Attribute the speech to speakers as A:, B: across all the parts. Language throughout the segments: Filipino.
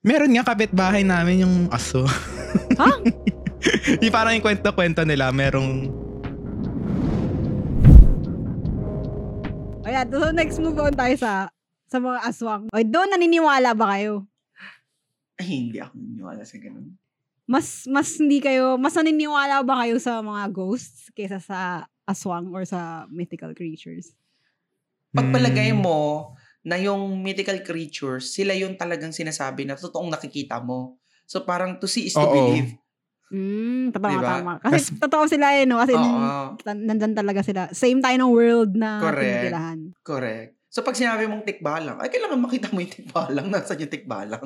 A: Meron nga kapitbahay namin yung aso.
B: Ha?
A: yung parang yung kwento-kwento nila, merong...
B: Ayan, so next move on tayo sa sa mga aswang. O, doon naniniwala ba kayo?
C: Ay, hindi ako niniwala sa ganun.
B: Mas mas hindi kayo, mas naniniwala ba kayo sa mga ghosts kaysa sa aswang or sa mythical creatures?
C: Pagpalagay
A: Hmm.
C: mo na yung mythical creatures, sila yung talagang sinasabi na totoong nakikita mo. So parang to see is to
A: Oo.
C: believe.
B: Mm, tama,
C: Diba?
B: tama. Kasi totoo sila eh, no? Kasi
C: Oo,
B: nandyan talaga sila. Same tayo ng world na
C: Correct.
B: tinikilahan.
C: correct. So pag sinabi mong tikbalang, ay kailangan makita mo yung tikbalang. Nasaan yung tikbalang?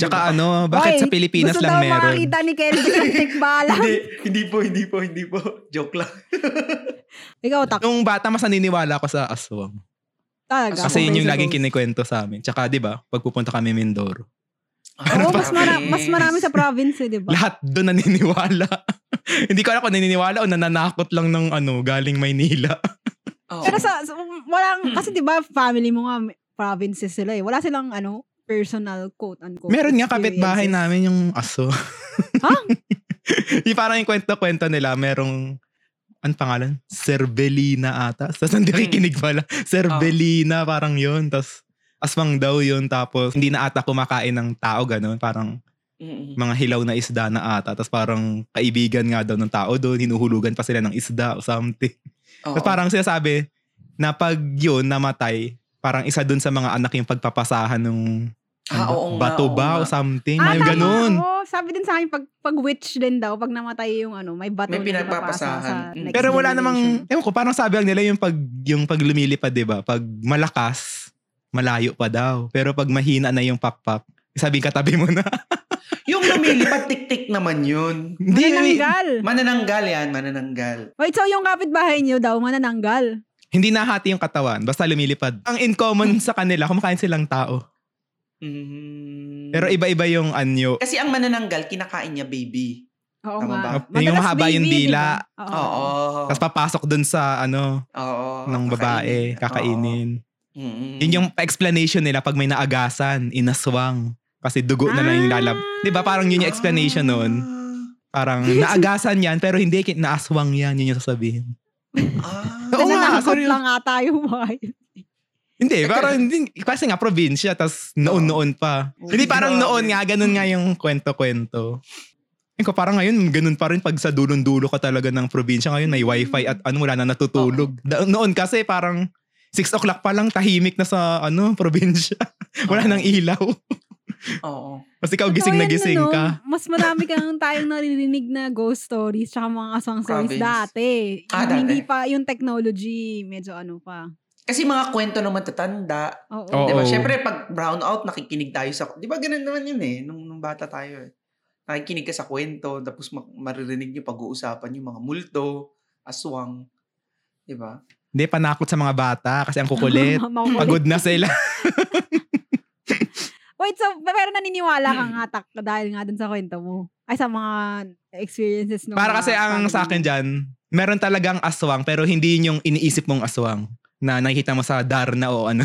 A: Tsaka ano, bakit
B: Oy,
A: sa Pilipinas lang
B: Gusto daw
A: meron?
B: makakita ni Kelvin ng tikbalang.
C: hindi, hindi po, hindi po, hindi po. Joke lang.
B: Ikaw, tak
A: Nung bata, mas naniniwala ako sa aswang.
B: talaga.
A: Kasi yun yung
B: Sa
A: laging
B: ghost.
A: kinikwento sa amin. Tsaka di ba, pagpupunta kami Mindoro,
B: Oo, mas, mara- mas marami sa province, eh, di ba?
A: lahat doon naniniwala. Hindi ko alam kung naniniwala o nananakot lang ng ano, galing Maynila.
C: Oo. Hmm.
B: Pero sa, sa- walang, kasi di ba, family mo nga, may- provinces sila eh. Wala silang, ano, personal quote unquote.
A: Meron nga kapitbahay
B: experiences.
A: namin yung aso.
B: Ha?
A: yung parang yung kwento-kwento nila, merong, ang pangalan? Cervelina ata. Tapos hindi
B: Mm.
A: nakikinig pala.
B: Oh.
A: Cervelina, parang yun. Tapos aswang daw yun. Tapos hindi na ata kumakain ng tao, ganun. Parang
C: Mm-mm.
A: mga hilaw na isda na ata. Tapos parang kaibigan nga daw ng tao doon. Hinuhulugan pa sila ng isda or something.
C: Oo.
A: Tapos parang sinasabi na pag yun namatay, parang isa dun sa mga anak yung pagpapasahan ng
C: Ah, oo nga,
A: bato
C: oo
A: ba
C: nga.
A: o something.
B: Ah,
A: May
B: tama,
A: ganun.
B: oo. sabi din sa akin, pag, pag witch din daw, pag namatay yung ano, may bato
C: May
B: na pinapasa
C: pinagpapasahan.
B: sa
C: Mm.
B: next
A: Pero wala namang,
B: generation.
A: ewan ko, parang sabi lang nila yung pag, yung pag lumilipad, di ba? Pag malakas, malayo pa daw. Pero pag mahina na yung pakpak, sabi katabi mo na.
C: Yung lumilipad, tik-tik naman yun.
A: Hindi,
B: Manananggal.
C: Manananggal yan, manananggal.
B: Wait, so yung kapitbahay niyo daw, manananggal.
A: hindi nahati yung katawan, basta lumilipad. Ang in common sa kanila, kumakain silang tao.
C: Mm.
A: Pero iba-iba yung anyo.
C: Kasi ang manananggal, kinakain niya baby.
B: Oo
C: Tama ba?
B: nga.
A: Yung
B: Madalas
A: mahaba yung
B: baby, diba? di
A: dila.
B: ba?
C: Oo.
A: Tapos papasok dun sa ano,
C: Oo.
A: ng babae, kakainin.
C: Oo. Mm-mm.
B: Mm.
A: Yun yung explanation nila pag may naagasan, inaswang. Kasi dugo na lang yung lalab.
B: Ah.
A: Di ba parang yun yung explanation nun? Parang naagasan yan, pero hindi kin- naaswang yan, yun yung sasabihin.
C: Ah.
A: Oo nga,
B: Nananakot
A: sorry.
B: lang ata yung mga yun.
A: Hindi, parang hindi, kasi nga probinsya, tas noon-noon pa.
C: Oo.
A: Hindi parang
C: Grabe.
A: noon nga, ganun nga yung kwento-kwento. Ayun ko, parang ngayon, ganun pa rin pag sa dulong-dulo ka talaga ng probinsya. Ngayon, may wifi at ano, wala na natutulog. Da- noon kasi parang 6 o'clock pa lang, tahimik na sa ano, probinsya. wala
C: Oo.
A: nang ilaw.
C: Oo.
A: Kasi ikaw gising na
B: Totoo yan,
A: gising
B: ano,
A: ka.
B: Mas marami kang tayong naririnig na ghost stories tsaka mga aswang stories
C: Province.
B: dati.
C: Ah,
B: Yung Hindi
C: dati.
B: pa yung technology, medyo ano pa.
C: Kasi mga kwento ng matatanda.
B: Oo.
A: Oo.
C: Di ba? Siyempre, pag brown out, nakikinig tayo sa... Di ba ganun naman yun eh, nung, nung bata tayo eh. Nakikinig ka sa kwento, tapos ma- maririnig yung pag-uusapan yung mga multo, aswang. Di ba?
A: Hindi, panakot sa mga bata kasi ang kukulit.
B: Makukulit.
A: Pagod na sila.
B: Wait, so, pero naniniwala ka nga tak dahil nga dun sa kwento mo. Ay, sa mga experiences nung
A: Para
B: mga
A: kasi ang
B: family
A: sa akin
B: mo.
A: dyan, meron talagang aswang pero hindi yun yung iniisip mong aswang na nakikita mo sa Darna o ano.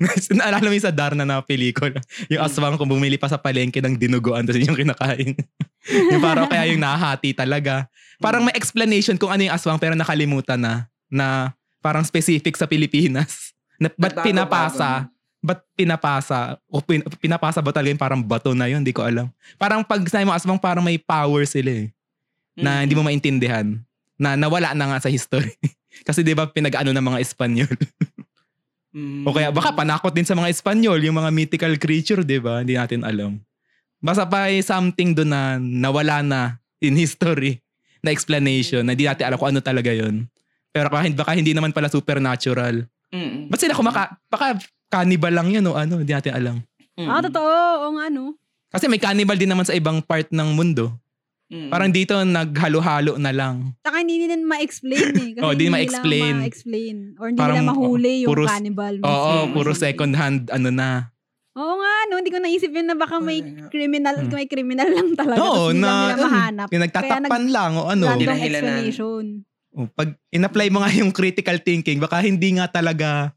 A: Naalala mo yung sa Darna na pelikula. Yung aswang kung bumili pa sa palengke ng dinuguan tapos yun yung kinakain. yung parang kaya yung nahati talaga. Parang may explanation kung ano yung aswang pero nakalimutan na na parang specific sa Pilipinas. Na, ba't
C: Nagbago-bago
A: pinapasa?
C: na.
A: Ba't pinapasa? O pin, pinapasa ba talaga yung parang bato na yun? Hindi ko alam. Parang pag sinabi mo aswang parang may power sila eh
C: Mm.
A: na hindi mo maintindihan na nawala na nga sa history. Kasi 'di ba pinag-ano ng mga Espanyol.
C: Mm.
A: o kaya baka panakot din sa mga Espanyol yung mga mythical creature, 'di ba? Hindi natin alam. Basta pa eh, something doon na nawala na in history na explanation na hindi natin alam kung ano talaga 'yon. Pero kahit baka hindi naman pala supernatural.
C: Mm-mm.
A: Ba't sila kumaka baka cannibal lang 'yun o ano, hindi natin alam.
C: Mm-mm.
B: Ah, totoo. Oo nga, no?
A: Kasi may cannibal din naman sa ibang part ng mundo.
C: Mm-mm.
A: Parang dito naghalo-halo na lang.
B: Tsaka hindi nila ma-explain eh. Kasi
A: Oo, di
B: hindi
A: Oh,
B: nila
A: ma-explain.
B: ma-explain. Or hindi
A: Parang, oh,
B: nila mahuli yung
A: puro-
B: cannibal.
C: Mm-hmm.
A: Oo,
B: mismo.
A: puro second hand ano na.
B: Oo nga, no? Hindi ko naisip yun na baka may
C: Wala.
B: criminal,
A: Hmm.
B: may criminal lang talaga.
A: Oo,
B: tapos hindi lang
A: na- ano,
B: nila mahanap.
A: Yung nagtatakpan lang o ano. Oh,
B: Random
C: Dinahilanan.
B: explanation.
A: O, Pag in-apply mo nga yung critical thinking, baka hindi nga talaga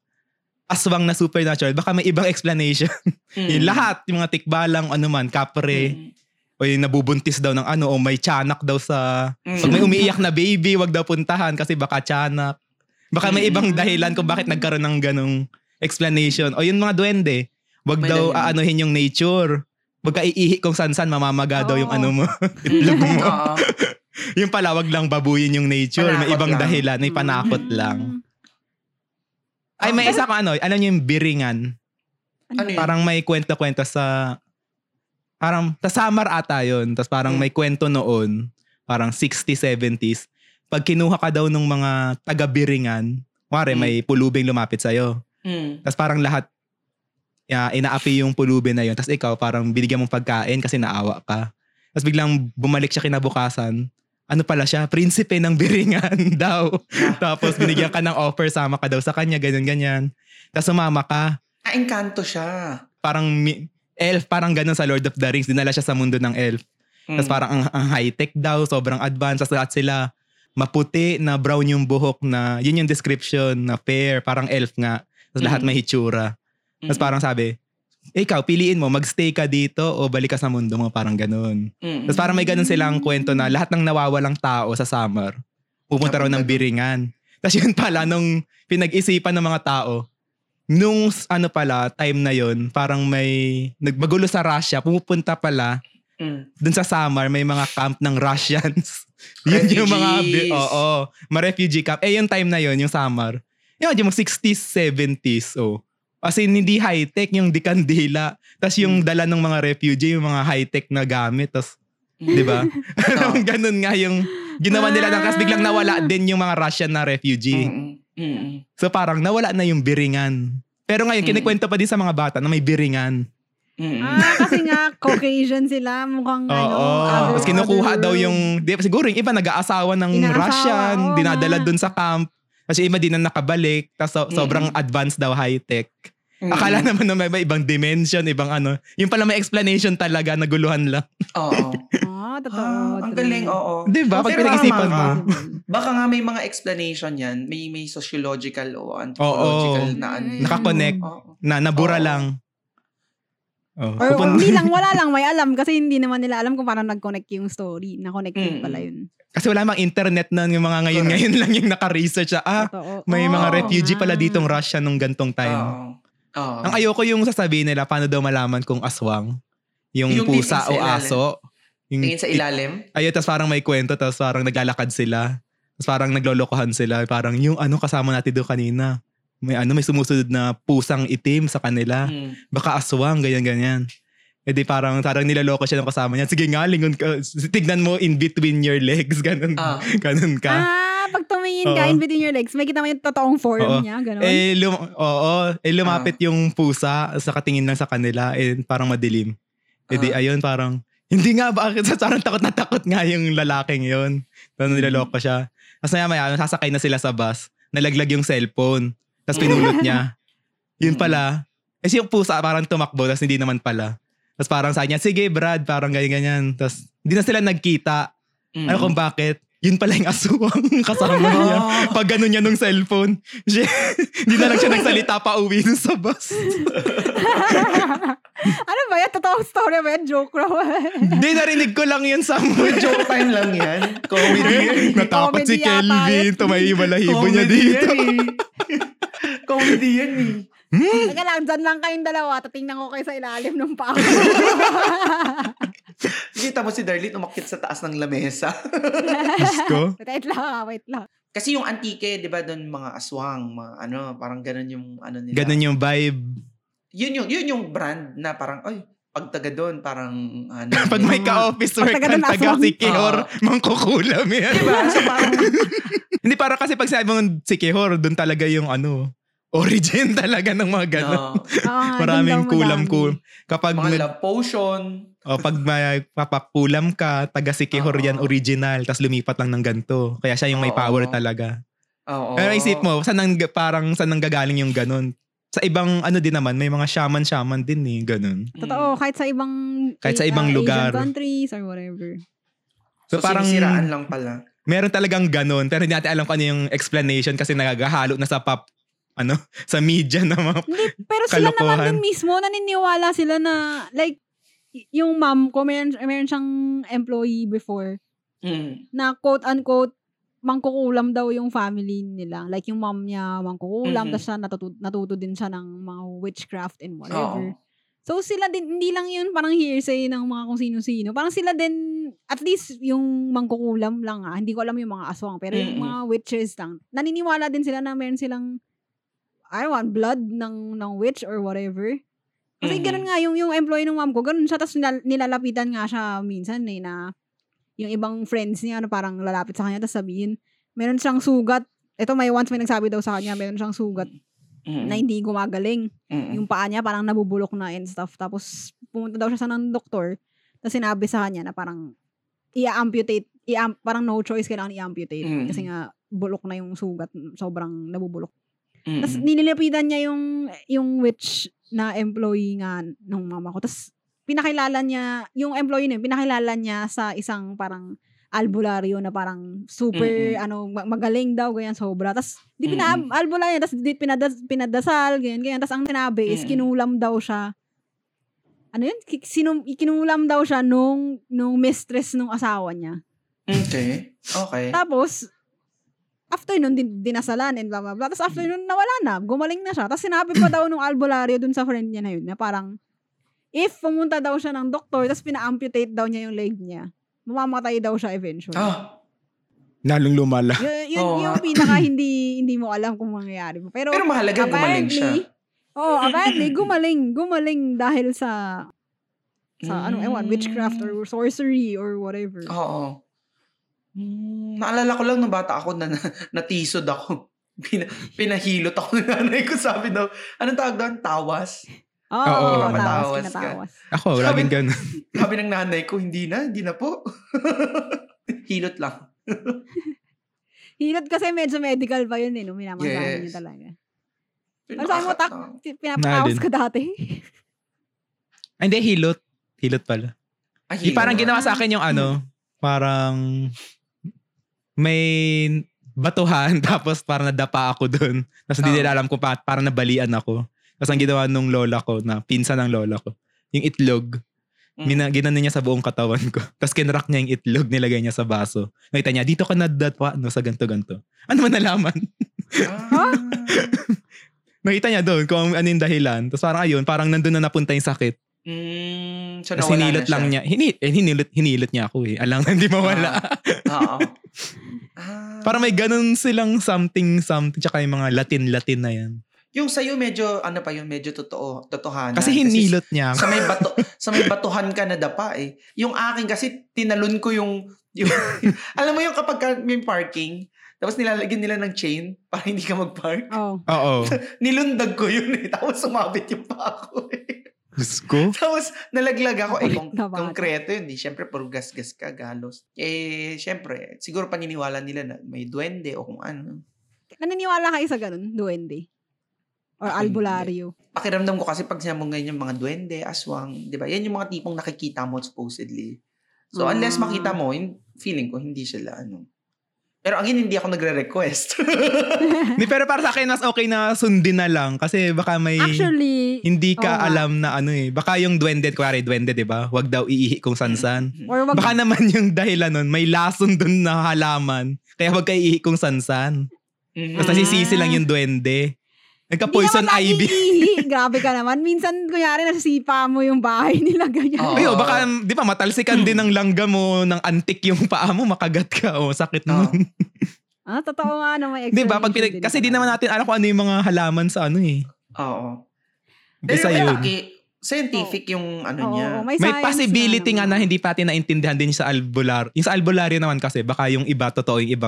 A: aswang na supernatural, baka may ibang explanation.
C: Mm.
A: yung lahat, yung mga tikbalang, ano man, kapre,
C: Mm.
A: o yung nabubuntis daw ng ano, o may tiyanak daw sa... Pag
C: Mm.
A: may umiiyak na baby, wag daw puntahan kasi baka tiyanak. Baka may
C: Mm.
A: ibang dahilan kung bakit nagkaroon ng ganong explanation. O yung mga duwende, wag
C: May
A: daw
C: dahilan.
A: aanuhin yung nature. Pagka iihi kung san-san, mamamaga daw yung
B: Oo.
A: ano mo. itlog
C: Mm.
A: mo.
C: Oo.
A: yung palawag lang babuyin yung nature. may
C: Panakot
A: ibang
C: lang. Mm.
A: dahilan, may panakot
B: Hmm.
A: lang. Ay, may isa kung ano, alam niyo yung biringan.
C: Ano yun?
A: Parang may kwento-kwento sa, parang, sa summer ata yun. Tapos parang
C: Mm.
A: may kwento noon, parang 60s, 70s. Pag kinuha ka daw ng mga taga-biringan, wari,
C: Mm.
A: may pulubing lumapit sa'yo.
C: Mm.
A: Tapos parang lahat, ya, inaapi yung pulubing na yun. Tapos ikaw, parang binigyan mong pagkain kasi naawa ka. Tapos biglang bumalik siya kinabukasan. Ano pala siya? Prinsipe ng biringan daw. Tapos binigyan ka ng offer, sama ka daw sa kanya, ganyan-ganyan. Tapos sumama ka,
C: Ah, engkanto siya.
A: parang mi- elf, parang ganun sa Lord of the Rings, dinala siya sa mundo ng elf.
C: Mm.
A: Tapos parang ang, ang high-tech daw, sobrang advanced, tapos lahat sila maputi na brown yung buhok na, yun yung description na fair, parang elf nga. Tapos lahat
C: Mm.
A: may hitsura.
C: Mm-hmm.
A: Tapos parang sabi, eh, ikaw, piliin mo, magstay ka dito o balik ka sa mundo mo, parang ganun.
C: Mm.
A: Tapos parang may ganun silang kwento na lahat ng nawawalang tao sa summer, pupunta raw ng biringan. Tapos yun pala, nung pinag-isipan ng mga tao, nung s- ano pala, time na yun, parang may nagbagulo sa Russia, pumupunta pala,
C: Mm.
A: dun sa summer, may mga camp ng Russians. yun yung mga, bi-
C: Refugees.
A: oo, mga refugee camp. Eh, yung time na yun, yung summer. Yun, yung mga 60s, 70s, oh. As in, hindi high-tech yung dikandila. Tapos yung dala ng mga refugee, yung mga high-tech na gamit. Tapos
C: Mm.
A: Di ba?
C: Oo. Ah.
A: Ganun nga yung ginawa nila lang. Tapos biglang nawala din yung mga Russian na refugee.
C: Mm. Mm.
A: So parang nawala na yung biringan. Pero ngayon,
C: Mm.
A: kinikwento pa din sa mga bata na may biringan.
C: Mm.
B: Ah, kasi nga, Caucasian sila. Mukhang ano.
A: Oo.
B: other-
A: Tapos kinukuha
B: other
A: daw
B: room.
A: yung, di, siguro yung iba nag-aasawa ng
B: Inaasawa,
A: Russian,
B: oo
A: dinadala
B: nga.
A: dun sa camp. Kasi iba din ang nakabalik. Tapos so-
C: Mm.
A: sobrang advanced daw high-tech.
C: Mm.
A: Akala naman na may may ibang dimension, ibang ano. Yung pala may explanation talaga, naguluhan lang.
C: Oo.
B: Oo, totoo.
C: Ah, ang galing, oo.
A: Di ba? Diba, Pag
C: Pero
A: pinag-isipan
C: tama
A: mo.
C: ka. Baka nga may mga explanation yan. May may sociological o
A: Oo.
C: anthropological na ano. yun.
A: Naka- Nakakonect.
C: Oo.
A: Na nabura
C: Oo.
A: lang. Oh.
B: Or
A: Pupun-
B: hindi lang, wala lang may alam kasi hindi naman nila alam kung paano nag-connect yung story. Na-connect
C: Mm.
B: pala yun.
A: Kasi wala mang internet nun, yung mga ngayon-ngayon lang yung naka-research na, ah,
B: Totoo.
A: may
B: Oo Mm.
A: mga
C: Oo
A: refugee pala
B: nga.
A: ditong Russia nung gantong time.
C: Oo. Oo.
A: Ang ayoko yung sasabihin nila, paano daw malaman kung aswang? Yung,
C: Yung
A: pusa
C: titingin
A: o
C: sa ilalim.
A: aso? Yung,
C: Tingin sa ilalim.
A: ayun, tapos parang may kwento, tapos parang naglalakad sila. Tapos parang naglolokohan sila. Parang yung ano kasama natin doon kanina. May ano, may sumusunod na pusang itim sa kanila.
C: Mm.
A: Baka aswang, ganyan-ganyan. E di parang, parang nilaloko siya ng kasama niya. Sige nga, lingon ka. Tignan mo in between your legs. Ganun,
C: Ah.
A: ganun ka.
B: Ah, pag tumingin ka
A: Oo.
B: in between your legs, may kita mo yung totoong form
A: Oo.
B: niya, ganun.
A: Eh, lum- oo. Eh, lumapit
C: Ah.
A: yung pusa sa katingin lang sa kanila. Eh, parang madilim. Eh, di,
C: Ah.
A: ayun, parang, hindi nga, bakit? Parang takot na takot nga yung lalaking yun. Tapos
C: Mm.
A: nilaloko siya. Tapos maya maya, sasakay na sila sa bus. Nalaglag yung cellphone. Tapos pinulot niya.
C: Mm.
A: Yun pala. Eh, si yung pusa parang tumakbo, tapos hindi naman pala. Tapos parang sa niya, sige Brad, parang ganyan-ganyan. Tapos hindi na sila nagkita.
C: Mm. Ah.
A: Ano kung bakit? Yun pala yung asuwang kasama niya
C: Oo.
A: pag ganun niya nung cellphone, siya- hindi na lang siya nagsalita pa uwi dun sa bus.
B: ano ba yan? Totoong story ba yan? Joke raw.
A: Hindi, narinig ko lang yun somewhere.
C: Joke time lang yan. Comedy.
A: Comedy. Natapat si
B: Comedy yata
A: Kelvin.
B: yun.
A: Tumayo balahibo niya
C: Comedy
A: dito.
C: yan eh. Comedy yan eh.
A: Hmm.
B: Teka lang, dyan lang kayong dalawa. Tatingnan ko kayo sa ilalim ng paa.
C: Kita mo si Darlene umakit sa taas ng lamesa.
A: Diyos ko.
B: wait lang ha, wait lang.
C: Kasi yung antike, di ba, doon mga aswang, mga ano, parang ganun yung ano nila.
A: Ganun yung vibe.
C: Yun yung, yun yung brand na parang, ay, pag taga doon, parang ano.
A: Pag may ka-office work, ang
B: Pataga ng
A: taga
B: aswang.
A: si Kihor,
C: Oo.
A: mangkukulam yan.
C: Diba? So parang,
A: Hindi, para kasi pag sinabi mong si Kihor, dun talaga yung ano, origin talaga ng mga ganun.
C: no,
B: Oo, dun
A: Maraming
B: daw
A: kulam
B: madami.
A: ko. Kapag
C: ano, mga
A: nag-
C: love potion.
A: O pag may papakulam ka, taga si Kihor
C: Oo.
A: yan original, tas lumipat lang ng ganto. Kaya siya yung may
C: Oo.
A: power talaga.
C: Oo.
A: Pero Ano isip mo, saan nang, parang saan nanggagaling yung ganun? Sa ibang ano din naman, may mga shaman-shaman din eh, ganun.
C: Mm.
B: Totoo, kahit sa ibang
A: Kahit sa ibang
B: Asian
A: lugar.
B: countries or whatever.
A: So, parang
C: sinisiraan lang pala.
A: meron talagang ganun, pero hindi natin alam kung ano yung explanation kasi nagagahalo na sa pop ano, sa media na mga...
B: Hindi, pero sila
A: Kalokohan.
B: naman din mismo, naniniwala sila na, like, y- yung mom ko, meron, meron siyang employee before,
C: Mm.
B: na quote-unquote, mangkukulam daw yung family nila. Like, yung mom niya mangkukulam,
C: Mhm.
B: tapos siya natutu- natuto din siya ng mga witchcraft and
C: Oo.
B: whatever. So, sila din, hindi lang yun parang hearsay ng mga kung sino-sino. Parang sila din, at least yung mangkukulam lang ah. Hindi ko alam yung mga aswang, pero yung
C: Mm-mm.
B: mga witches lang. Naniniwala din sila na meron silang, I want blood ng, ng witch or whatever. Kasi
C: Mhm.
B: ganun nga, yung, yung employee ng mom ko, ganun siya, tapos nilal- nilalapitan nga siya minsan eh, na yung ibang friends niya, na parang lalapit sa kanya, tapos sabihin, meron siyang sugat. Ito, may once may nagsabi daw sa kanya, meron siyang sugat
C: Mm.
B: na hindi gumagaling
C: Mm.
B: yung paa niya parang nabubulok na and stuff. Tapos pumunta daw siya sa ng doktor. Tapos sinabi sa kanya na parang i-amputate, i-am- parang no choice kailangan i-amputate
C: Mm.
B: kasi nga bulok na yung sugat, sobrang nabubulok.
C: Mm.
B: Tapos ninilapitan niya yung yung witch na employee nga nung mama ko. Tapos pinakilala niya, yung employee na yun, pinakilala niya sa isang parang albularyo na parang super
C: Mm-mm.
B: ano ma- magaling daw ganyan sobra tapos di
C: Mm-mm.
B: pina albularyo tapos di pinadas, pinadasal ganyan ganyan tapos ang sinabi is
C: Mm-mm.
B: kinulam daw siya ano yun Ki- sinum, kinulam daw siya nung nung mistress nung asawa niya
C: Okay. Okay.
B: tapos, after nun, din, dinasalan and blah, blah, blah. Tapos
C: Mm.
B: after nun, nawala na. Gumaling na siya. Tapos sinabi pa daw nung albularyo dun sa friend niya na yun, na parang, if pumunta daw siya ng doktor, tapos pina-amputate daw niya yung leg niya, mamamatay daw siya eventually.
C: Ah,
A: Lalong lumala.
B: Y- yun
C: Oo
B: yung
C: nga.
B: pinaka hindi hindi mo alam kung mangyayari mo. Pero,
C: pero mahalaga gumaling siya.
B: oh, apparently, gumaling. Gumaling dahil sa sa ano,
C: Mm.
B: ewan, witchcraft or sorcery or whatever.
C: Oo. Mm, naalala ko lang nung bata ako na, na natisod ako. Pina, pinahilot ako ng nanay ko. Sabi daw, anong tawag doon? Tawas?
B: Oo, oh,
A: Oo,
B: tawas,
C: matawas ka.
B: pinatawas.
A: Ako, laging ganun.
C: Sabi ng nanay ko, hindi na, hindi na po. Hilot lang.
B: Hilot kasi medyo medical pa yun eh, no? Minamasahin niyo
C: Yes.
B: talaga. Ano sabi mo, tak?
C: Nakakatawa.
B: Pinapatawas
A: Nalin.
B: ka dati.
A: Ay, Hindi, hilot. Hilot pala.
C: Ah,
A: Di
C: hilot.
A: parang ginawa sa akin yung ano, parang may batuhan tapos parang nadapa ako doon. Tapos hindi
C: Ah.
A: nila alam kung pa, parang nabalian ako. Tapos ang ginawa nung lola ko na pinsan ng lola ko, yung itlog,
C: Mm.
A: gina, ginano niya sa buong katawan ko. Tapos kinrack niya yung itlog, nilagay niya sa baso. Nakita niya, dito ka nadapa no, sa ganto-ganto. Ano man nalaman?
C: Ah.
A: Nakita niya doon kung ano yung dahilan. Tapos parang ayun, parang nandun na napunta yung sakit.
C: Mm, so
A: Tapos
C: nawala
A: hinilot
C: na siya.
A: lang niya. Hini, eh, hinilot, hinilot niya ako eh. Alang hindi mawala.
C: Oo. Ah.
A: Para may ganun silang something something tsaka yung mga Latin-Latin na yan.
C: Yung sa'yo medyo, ano pa yun, medyo totoo, totohanan.
A: Kasi hinilot niya.
C: Ah, sa may bato sa may batuhan ka na dapa eh. Yung akin kasi tinalon ko yung, yung alam mo yung kapag ka may parking tapos nilalagyan nila ng chain para hindi ka mag-park.
B: Oo.
A: Oo.
C: Nilundag ko yun eh. Tapos sumabit yung pa ako eh.
A: Diyos ko.
C: Tapos nalaglag ako eh. Kung,
B: Na bata.
C: konkreto yun eh. Siyempre puro gasgas ka, galos. Eh, siyempre, siguro paniniwala nila na may duwende o kung ano.
B: Naniniwala kayo sa ganun, duwende. Or
C: Ako
B: albularyo.
C: Pakiramdam ko kasi pag sinabong ngayon yung mga duwende, aswang, di ba? Yan yung mga tipong nakikita mo supposedly. So unless
B: Ah.
C: makita mo, yun, feeling ko hindi sila ano. Pero ang yun, hindi ako nagre-request.
A: Hindi, pero para sa akin, mas okay na sundin na lang. Kasi baka may...
B: Actually,
A: hindi ka
B: Oo nga.
A: alam na ano eh. Baka yung duwende, kuwari duwende, di ba? Huwag daw iihi kung sansan.
C: Mhm.
B: or wag,
A: Baka naman yung dahilan nun, may lason dun na halaman. Kaya huwag kayo iihi kung sansan.
C: Mhm.
A: Tapos
B: Ah.
A: nasisisi lang yung duwende.
B: hindi
A: Nagka-poison
B: naman
A: ivy.
B: naiihi. Grabe ka naman. Minsan, kunyari, nasisipa mo yung bahay nila, ganyan.
C: Oo.
A: Ayo, baka, di ba, matalsikan
C: Hmm.
A: din ng langga mo, ng antik yung paa mo, makagat ka. O, sakit
C: Oo.
A: nun.
B: Ah, totoo nga na may
A: Di ba? Diba? Pag
B: explanation
A: pinag- kasi di
B: pala.
A: naman natin alam kung ano yung mga halaman sa ano eh.
C: Oo. Pero
A: Basta
C: yung
A: yun.
C: malaki, scientific yung ano
B: Oo,
C: niya.
B: oo, may,
A: May
B: science
A: possibility nga na
B: naman.
A: hindi pa natin naintindihan din sa albular. Yung sa albularyo naman kasi, baka yung iba, totoo yung iba,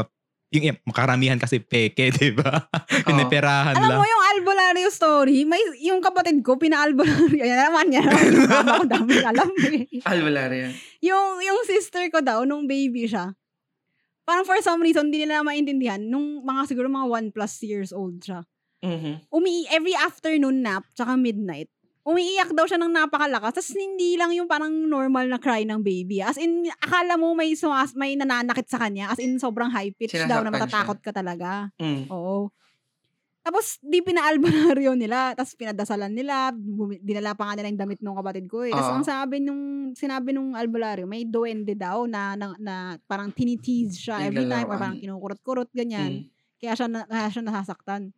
A: yung iba, karamihan kasi peke, di ba? Piniperahan lang.
B: Alam mo yung albularyo story, may yung kapatid ko pinaalbularyo. Ayan naman niya. Mama ko dami alam eh.
C: Ah, Albularyo.
B: Yung, yung sister ko daw, nung baby siya, parang for some reason, hindi nila maintindihan, nung mga siguro mga 1 plus years old siya,
C: Mhm.
B: umi every afternoon nap, tsaka midnight, umiiyak daw siya ng napakalakas. Tapos hindi lang yung parang normal na cry ng baby. As in, akala mo may, sumas, may nananakit sa kanya. As in, sobrang high pitch daw na
C: Sinasaktan siya.
B: matatakot ka talaga.
C: Mm.
B: Oo. Tapos, di pinaalbularyo nila. Tapos, pinadasalan nila. Bumi- dinala pa nga nila yung damit nung kapatid ko eh. Tapos,
C: Ah.
B: ang sabi nung, sinabi nung albularyo, may duwende daw na, na, na parang tinitease siya every time. Or
C: Nilalaroan.
B: parang kinukurot-kurot, ganyan.
C: Mm.
B: Kaya siya, na, kaya siya nasasaktan.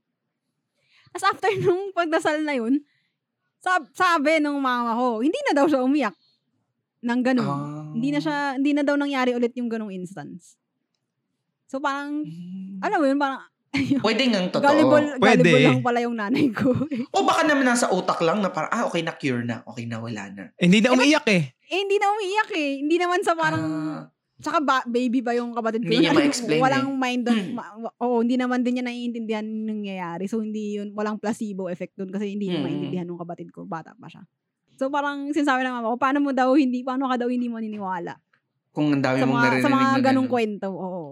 B: Tapos after nung pagdasal na yun, sab, sabi nung mama ko, hindi na daw siya umiyak ng ganun.
C: Ah.
B: Ano? Hindi na siya, hindi na daw nangyari ulit yung ganung instance. So parang,
C: Mm.
B: alam mo yun, parang,
C: Pwede nga totoo.
B: Ano? gullible,
A: Pwede.
B: gullible lang pala yung nanay ko.
C: O baka naman nasa utak lang na parang, ah, okay na, cure na. Okay na, wala na.
A: Eh, hindi na umiiyak eh.
B: eh, hindi na umiiyak eh. Hindi naman sa parang,
C: Ah,
B: Tsaka ba, baby ba yung kapatid ko?
C: Hindi niya
B: Ano,
C: ma-explain
B: Walang mind on,
C: Hmm.
B: ma- wa- oo, hindi naman din niya naiintindihan yung nangyayari. So, hindi yun, walang placebo effect dun kasi hindi niya
C: Hmm.
B: maintindihan ng kapatid ko. Bata pa siya. So, parang sinasabi ng mama ko, paano mo daw hindi, paano ka daw hindi mo niniwala?
C: kung ang
B: Sa
C: dami mong
B: mga,
C: narinig
B: sa mga
C: na
B: ganong
C: ganun.
B: kwento, oo.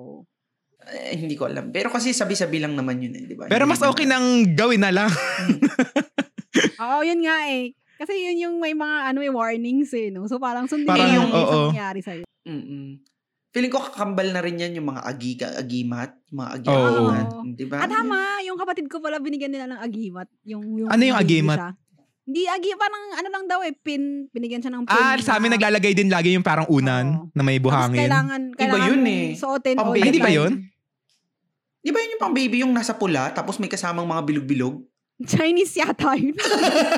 C: Eh, hindi ko alam. Pero kasi sabi-sabi lang naman yun eh, di ba?
A: Pero
C: Hindi
A: mas okay nang gawin na lang.
B: Oo, yun nga eh. Kasi yun yung may mga ano eh, warnings eh, no? So, parang sundin
A: Parang,
B: mo yung
A: oo.
B: nangyari sa'yo.
C: Mm-mm. Feeling ko kakambal na rin yan yung mga agika, agimat, yung mga
A: Oo.
C: agimat, di
B: Ah,
C: ba?
B: tama. Yung kapatid ko pala binigyan nila ng agimat. Yung, yung
A: Ano yung
B: baby
A: agimat?
B: siya. Hindi, agi, parang ano lang daw eh, pin, binigyan siya ng pin.
A: Ah, sa amin
B: na-
A: naglalagay din lagi yung parang unan
B: Oo.
A: na may
B: Tapos
A: buhangin.
B: Kailangan, kailangan
C: yun eh.
B: Suotin Oh,
C: Pang-
B: all
C: Ay,
B: the
C: hindi ba
B: time.
A: yun?
C: Di ba yun yung pang baby yung nasa pula tapos may kasamang mga bilog-bilog?
B: Chinese yata yun.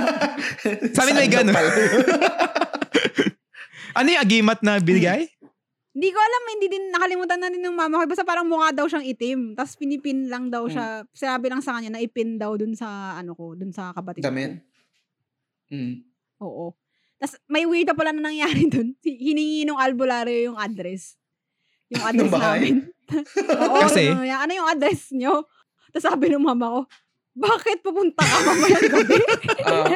A: Sa amin may
C: Sandok
A: ganun.
C: pala.
A: Ano yung agimat na binigay?
B: Hmm. hindi ko alam, hindi din nakalimutan na din ng mama ko. Basta parang mukha daw siyang itim. Tapos pinipin lang daw siya.
C: Hmm.
B: Sinabi lang sa kanya na ipin daw dun sa ano ko, dun sa kapatid
C: Damit?
B: ko.
C: Mm.
B: Oo. Tapos may weirdo pala na nangyari dun. Si- Hiningi nung albularyo yung address. Yung address
C: Ng bahay?
B: namin. Oo,
A: Kasi?
B: ano, ano yung address nyo? Tapos sabi ng mama ko, bakit pupunta ka mamaya gabi?
C: Ah,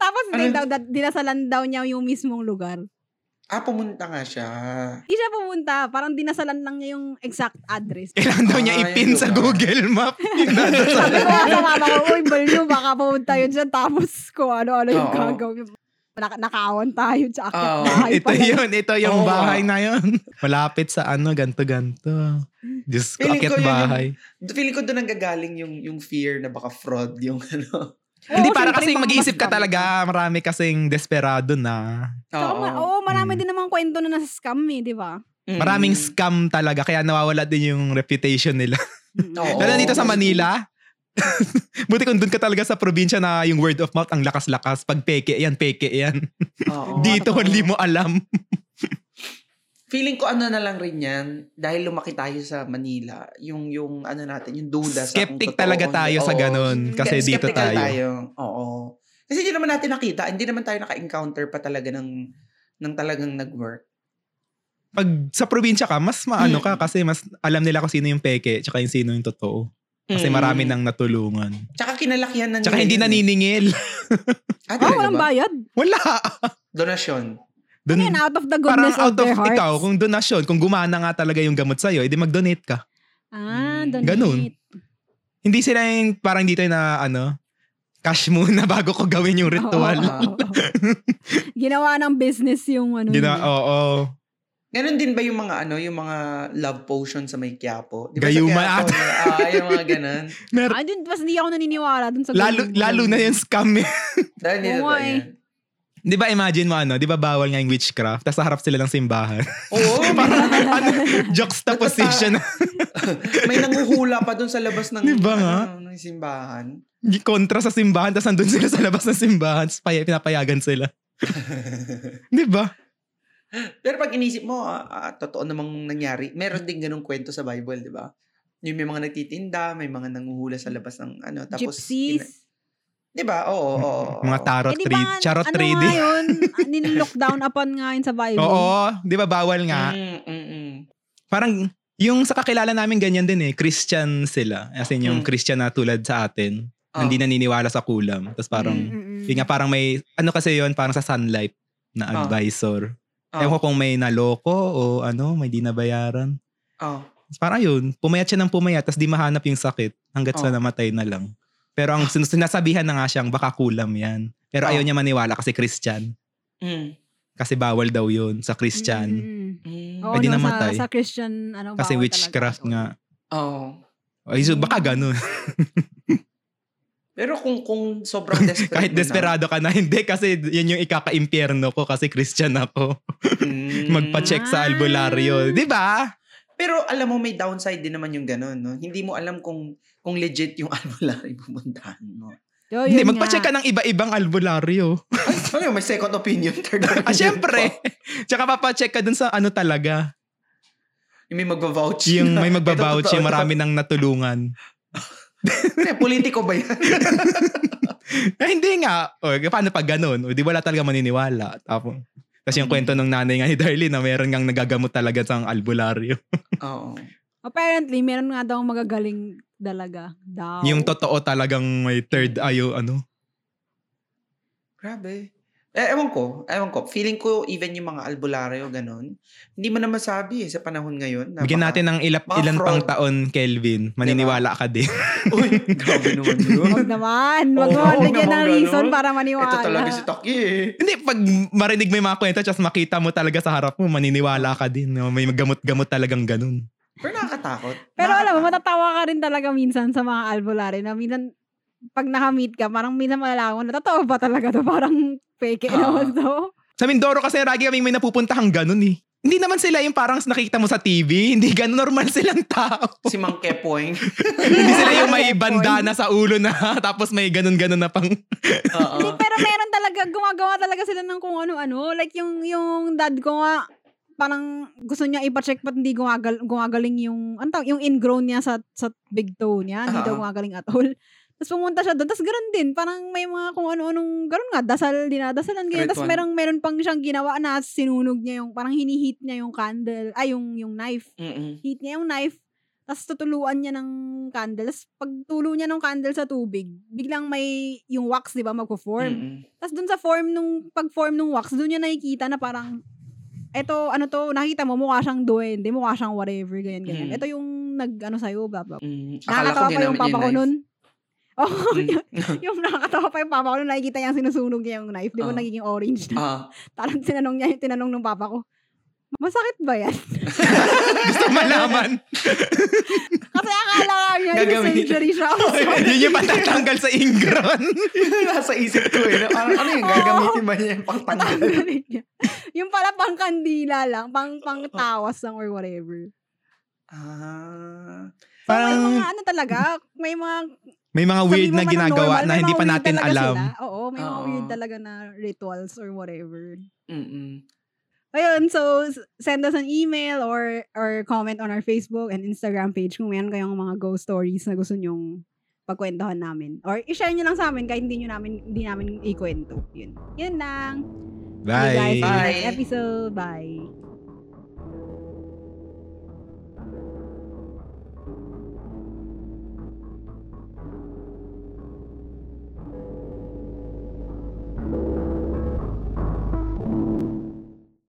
B: Tapos
C: Ano
B: din
C: yun?
B: daw, da- dinasalan daw niya yung mismong lugar.
C: ah, pumunta nga siya.
B: Hindi siya pumunta. Parang dinasalan lang niya yung exact address.
A: Kailangan daw niya
C: Ah,
A: ipin
C: yun
A: sa
C: ba?
A: Google Map. Yung nasa-
B: Sabi ko nga sa mama ko, uy, Balyo, baka pumunta yun dyan. Tapos ko ano-ano yung
C: Oo.
B: gagawin. Nak- nakawan tayo sa akyat
C: Oo.
B: na hype
A: ito yun, ito yung
C: Oo.
A: bahay na yun. Malapit sa ano, ganto-ganto. Diyos ko,
C: Feeling ko
A: akit
C: yun yung-
A: bahay.
C: Feeling ko doon nanggagaling yung, yung fear na baka fraud yung ano.
A: Hindi, para kasi mag-iisip ka talaga. Marami kasing desperado na.
B: Oo, ma- oo, marami
A: Mm.
B: din namang kwento na nasa scam eh, di ba?
C: Mm.
A: Maraming scam talaga. Kaya nawawala din yung reputation nila.
C: Oo.
A: Lalo dito sa Manila. Buti kung doon ka talaga sa probinsya na yung word of mouth ang lakas-lakas. Pag peke yan, peke yan.
C: Oo.
A: dito
B: totoo.
A: hindi mo alam.
C: Feeling ko ano na lang rin yan, dahil lumaki tayo sa Manila, yung, yung ano natin, yung duda sa kung
A: Skeptic
C: totoo
A: talaga
C: o hindi.
A: tayo sa
C: Oo.
A: ganun. Kasi
C: Skeptical
A: dito tayo.
C: Oo. Kasi hindi naman natin nakita, hindi naman tayo naka-encounter pa talaga ng, ng talagang nag-work.
A: Pag sa probinsya ka, mas maano ka
C: Mm.
A: kasi mas alam nila kung sino yung peke tsaka yung sino yung totoo. Kasi
C: Mm.
A: marami
B: Hmm.
A: nang natulungan.
C: Tsaka kinalakihan na
A: Tsaka hindi
C: yun eh.
A: naniningil.
C: Ah,
B: Ah,
C: talaga
B: walang
C: ba?
B: bayad.
A: Wala.
C: Donation.
B: Ano
A: Dun,
B: yun, out of the
A: parang
B: goodness
A: out of
B: of their hearts.
A: ikaw, kung donasyon, kung gumana nga talaga yung gamot sa'yo, edi mag-donate ka.
B: Ah,
C: Mm.
B: donate.
A: Hmm, Ganun. Hindi sila yung parang dito yung na ano, cash muna bago ko gawin yung ritual.
B: Oo, oo, oo. Ginawa ng business yung ano.
A: Gina, oh,
B: yun.
A: oo.
C: Ganon din ba yung mga ano, yung mga love potion sa may Quiapo? Di ba sa
A: Gayuma
C: Quiapo, Ah, yung mga ganon.
A: Mer-
B: Ah, dun, mas hindi ako naniniwala dun sa
A: lalo,
B: ganun.
A: lalo na yung scam eh.
C: Dahil nila
B: Oo, eh.
C: ba yan?
A: Di ba imagine mo ano, di ba bawal nga yung witchcraft, tapos sa harap sila ng simbahan.
C: Oo,
A: parang ano, juxtaposition,
C: may nanguhula pa doon sa labas ng,
A: Di ba nga?
C: ano, ng simbahan.
A: kontra sa simbahan, tapos nandun sila sa labas ng simbahan, tapos paya- pinapayagan sila. di ba?
C: Pero pag inisip mo, ah, ah, totoo namang nangyari. Meron din ganong kwento sa Bible, di ba? Yung may mga nagtitinda, may mga nanguhula sa labas ng ano. Tapos, ina-
B: Gypsies.
C: Di ba? Oo, oo, oo.
A: Mga tarot,
B: Eh, di ba
A: trade,
B: nga,
A: charot
B: ano
A: trading.
B: nga yun? eh? Nililockdown upon nga yun sa Bible.
A: Oo, di ba bawal nga.
C: Mm, mm, mm.
A: Parang yung sa kakilala namin ganyan din eh, Christian sila. As in yung
C: Mm.
A: Christian na tulad sa atin,
C: Ah.
A: hindi naniniwala sa kulam. Tapos parang,
B: Mm, mm, mm.
A: yun nga parang may, ano kasi yon parang sa sunlight na
C: Ah.
A: advisor.
C: Ah.
A: Ewan ko kung may naloko o ano, may di nabayaran.
C: Oh.
A: Tapos Parang yun, pumayat siya ng pumayat, tapos di mahanap yung sakit hanggat sa
C: Oh.
A: namatay na lang. Pero ang sin- sinasabihan na nga siyang baka kulam yan. Pero
C: Oh.
A: ayaw niya maniwala kasi Christian.
C: Mm.
A: Kasi bawal daw yun sa Christian.
B: Mm, mm, mm.
C: Mm.
B: Oo,
A: Pwede
B: no,
A: namatay.
B: Sa, sa Christian, ano,
A: Kasi
B: bawal
A: witchcraft
B: talaga.
A: nga.
C: Oh.
A: Ay, so baka ganun.
C: Pero kung kung sobrang desperate
A: Kahit
C: mo na-
A: desperado ka na, hindi. Kasi yan yung ikaka-impyerno ko kasi Christian ako.
C: Mm.
A: Magpa-check sa albularyo. Di ba?
C: Pero alam mo, may downside din naman yung ganun, no? Hindi mo alam kung kung legit yung albularyo pupuntahan mo.
B: So,
A: Hindi,
B: yun
A: magpa-check
B: nga.
A: ka ng iba-ibang albularyo.
C: Ano yun, may second opinion, third opinion.
A: Ah, syempre. Tsaka papacheck ka dun sa ano talaga.
C: Yung may magva-vouch.
A: Yung
C: na,
A: may magbabouch,
C: "Ito,
A: yung
C: totoo,
A: marami nang natulungan.
C: totoo." Hindi, politiko ba yan?
A: Eh, hindi nga. O, paano pag ganun? O, di wala talaga maniniwala. Tapos, tapos yung
C: Mm.
A: kwento ng nanay nga ni Darlene na meron ngang nagagamot talaga sa albularyo.
C: Oo.
B: Apparently, meron nga daw magagaling dalaga. Daw.
A: Yung totoo talagang may third ayo ano.
C: Grabe. Eh, ewan ko, ewan ko. Feeling ko even yung mga albularyo, ganun. Hindi mo na masabi eh, sa panahon ngayon. na
A: Bigyan
C: baka-
A: natin ng ilap,
C: Mga
A: ilan pang
C: fraud.
A: taon, Kelvin. Maniniwala ka din.
C: Uy, grabe naman yun.
B: Huwag naman. Huwag
C: Oo,
B: naman.
C: huwag
B: Lagyan ng
C: naman
B: reason
C: ganun.
B: para maniwala.
C: Ito talaga si Taki eh.
A: Hindi, pag marinig mo yung mga kwento, tapos makita mo talaga sa harap mo, maniniwala ka din. no? May gamot-gamot talagang ganun.
C: Pero nakakatakot.
B: Pero alam mo,
C: Nakakatakot.
B: matatawa ka rin talaga minsan sa mga albularyo na minsan pag nakamit ka, parang minsan malalaman na totoo ba talaga to? Parang fake
C: Ah.
B: naman to.
A: Sa Mindoro kasi lagi kami may napupuntahang ganun eh. Hindi naman sila yung parang nakikita mo sa TV, hindi ganun normal silang tao.
C: Si Mang Kepoing.
A: hindi sila yung may
B: Point.
A: bandana sa ulo na tapos may ganun-ganun na pang
C: Oo.
B: Hindi, pero meron talaga, gumagawa talaga sila ng kung ano-ano. Like yung, yung dad ko nga, parang gusto niya ipacheck but hindi gumagal, gumagaling yung, ano tawag, yung ingrown niya sa, sa big toe niya. Hindi daw
C: Ah.
B: gumagaling at all. Tapos pumunta siya doon. Tapos ganun din. Parang may mga kung ano-anong, ganun nga, dasal, dinadasalan. Ganyan. Tapos
C: Ritual.
B: merong, meron pang siyang ginawa na sinunog niya yung, parang hinihit niya yung candle, ay yung, yung knife
C: Mm-mm.
B: heat niya yung knife, tapos tutuluan niya ng candle. Tapos pagtulo niya ng candle sa tubig, biglang may yung wax, di ba, magpo-form.
C: Mm-mm.
B: Tapos dun sa form nung, pag-form nung wax, dun niya nakikita na parang, eto, ano to, nakita mo, mukha siyang duwende, mukha siyang whatever, ganyan, ganyan.
C: Mm.
B: Ito yung nag, ano sa'yo, blah, blah.
C: Mm. Akala ko
B: Nakakatawa pa yung
C: ginamit niya
B: papa ko
C: knife.
B: nun. Oh,
C: Mm.
B: yung nakakatawa pa yung papa ko nun, nakikita niya sinusunog niya yung knife, di ba,
C: Ah.
B: nagiging orange na.
C: Ah.
B: Tarang tinanong niya, yung tinanong nung papa ko, masakit ba yan?
A: gusto malaman.
B: Kasi akala nga niya, yung
C: Gagamitin.
B: surgery siya.
A: Yun yung patatanggal sa ingron.
C: Nasa isip ko eh. Ano, ano yung gagamitin ba niya yung pangtanggal?
B: Tatanggalin niya. yung pala pang kandila lang, pang pang tawas lang or whatever. So,
C: Ah.
B: may
A: Parang-
B: mga ano talaga, may mga
A: May mga
B: sabihin
A: weird
B: mo
A: na
B: man
A: ginagawa
B: normal,
A: na
B: may
A: hindi
B: mga
A: pa
B: weird
A: natin
B: talaga
A: alam.
B: sila. Oo, may mga
C: Oo.
B: weird talaga na rituals or whatever.
C: Mm-mm.
B: Ayun, so s- send us an email or or comment on our Facebook and Instagram page kung meron kayong mga ghost stories na gusto nyong pagkwentuhan namin. Or i-share nyo lang sa amin kahit hindi nyo namin, hindi namin ikwento. Yun. Yun lang. See you guys in the
A: Bye.
B: next episode. Bye.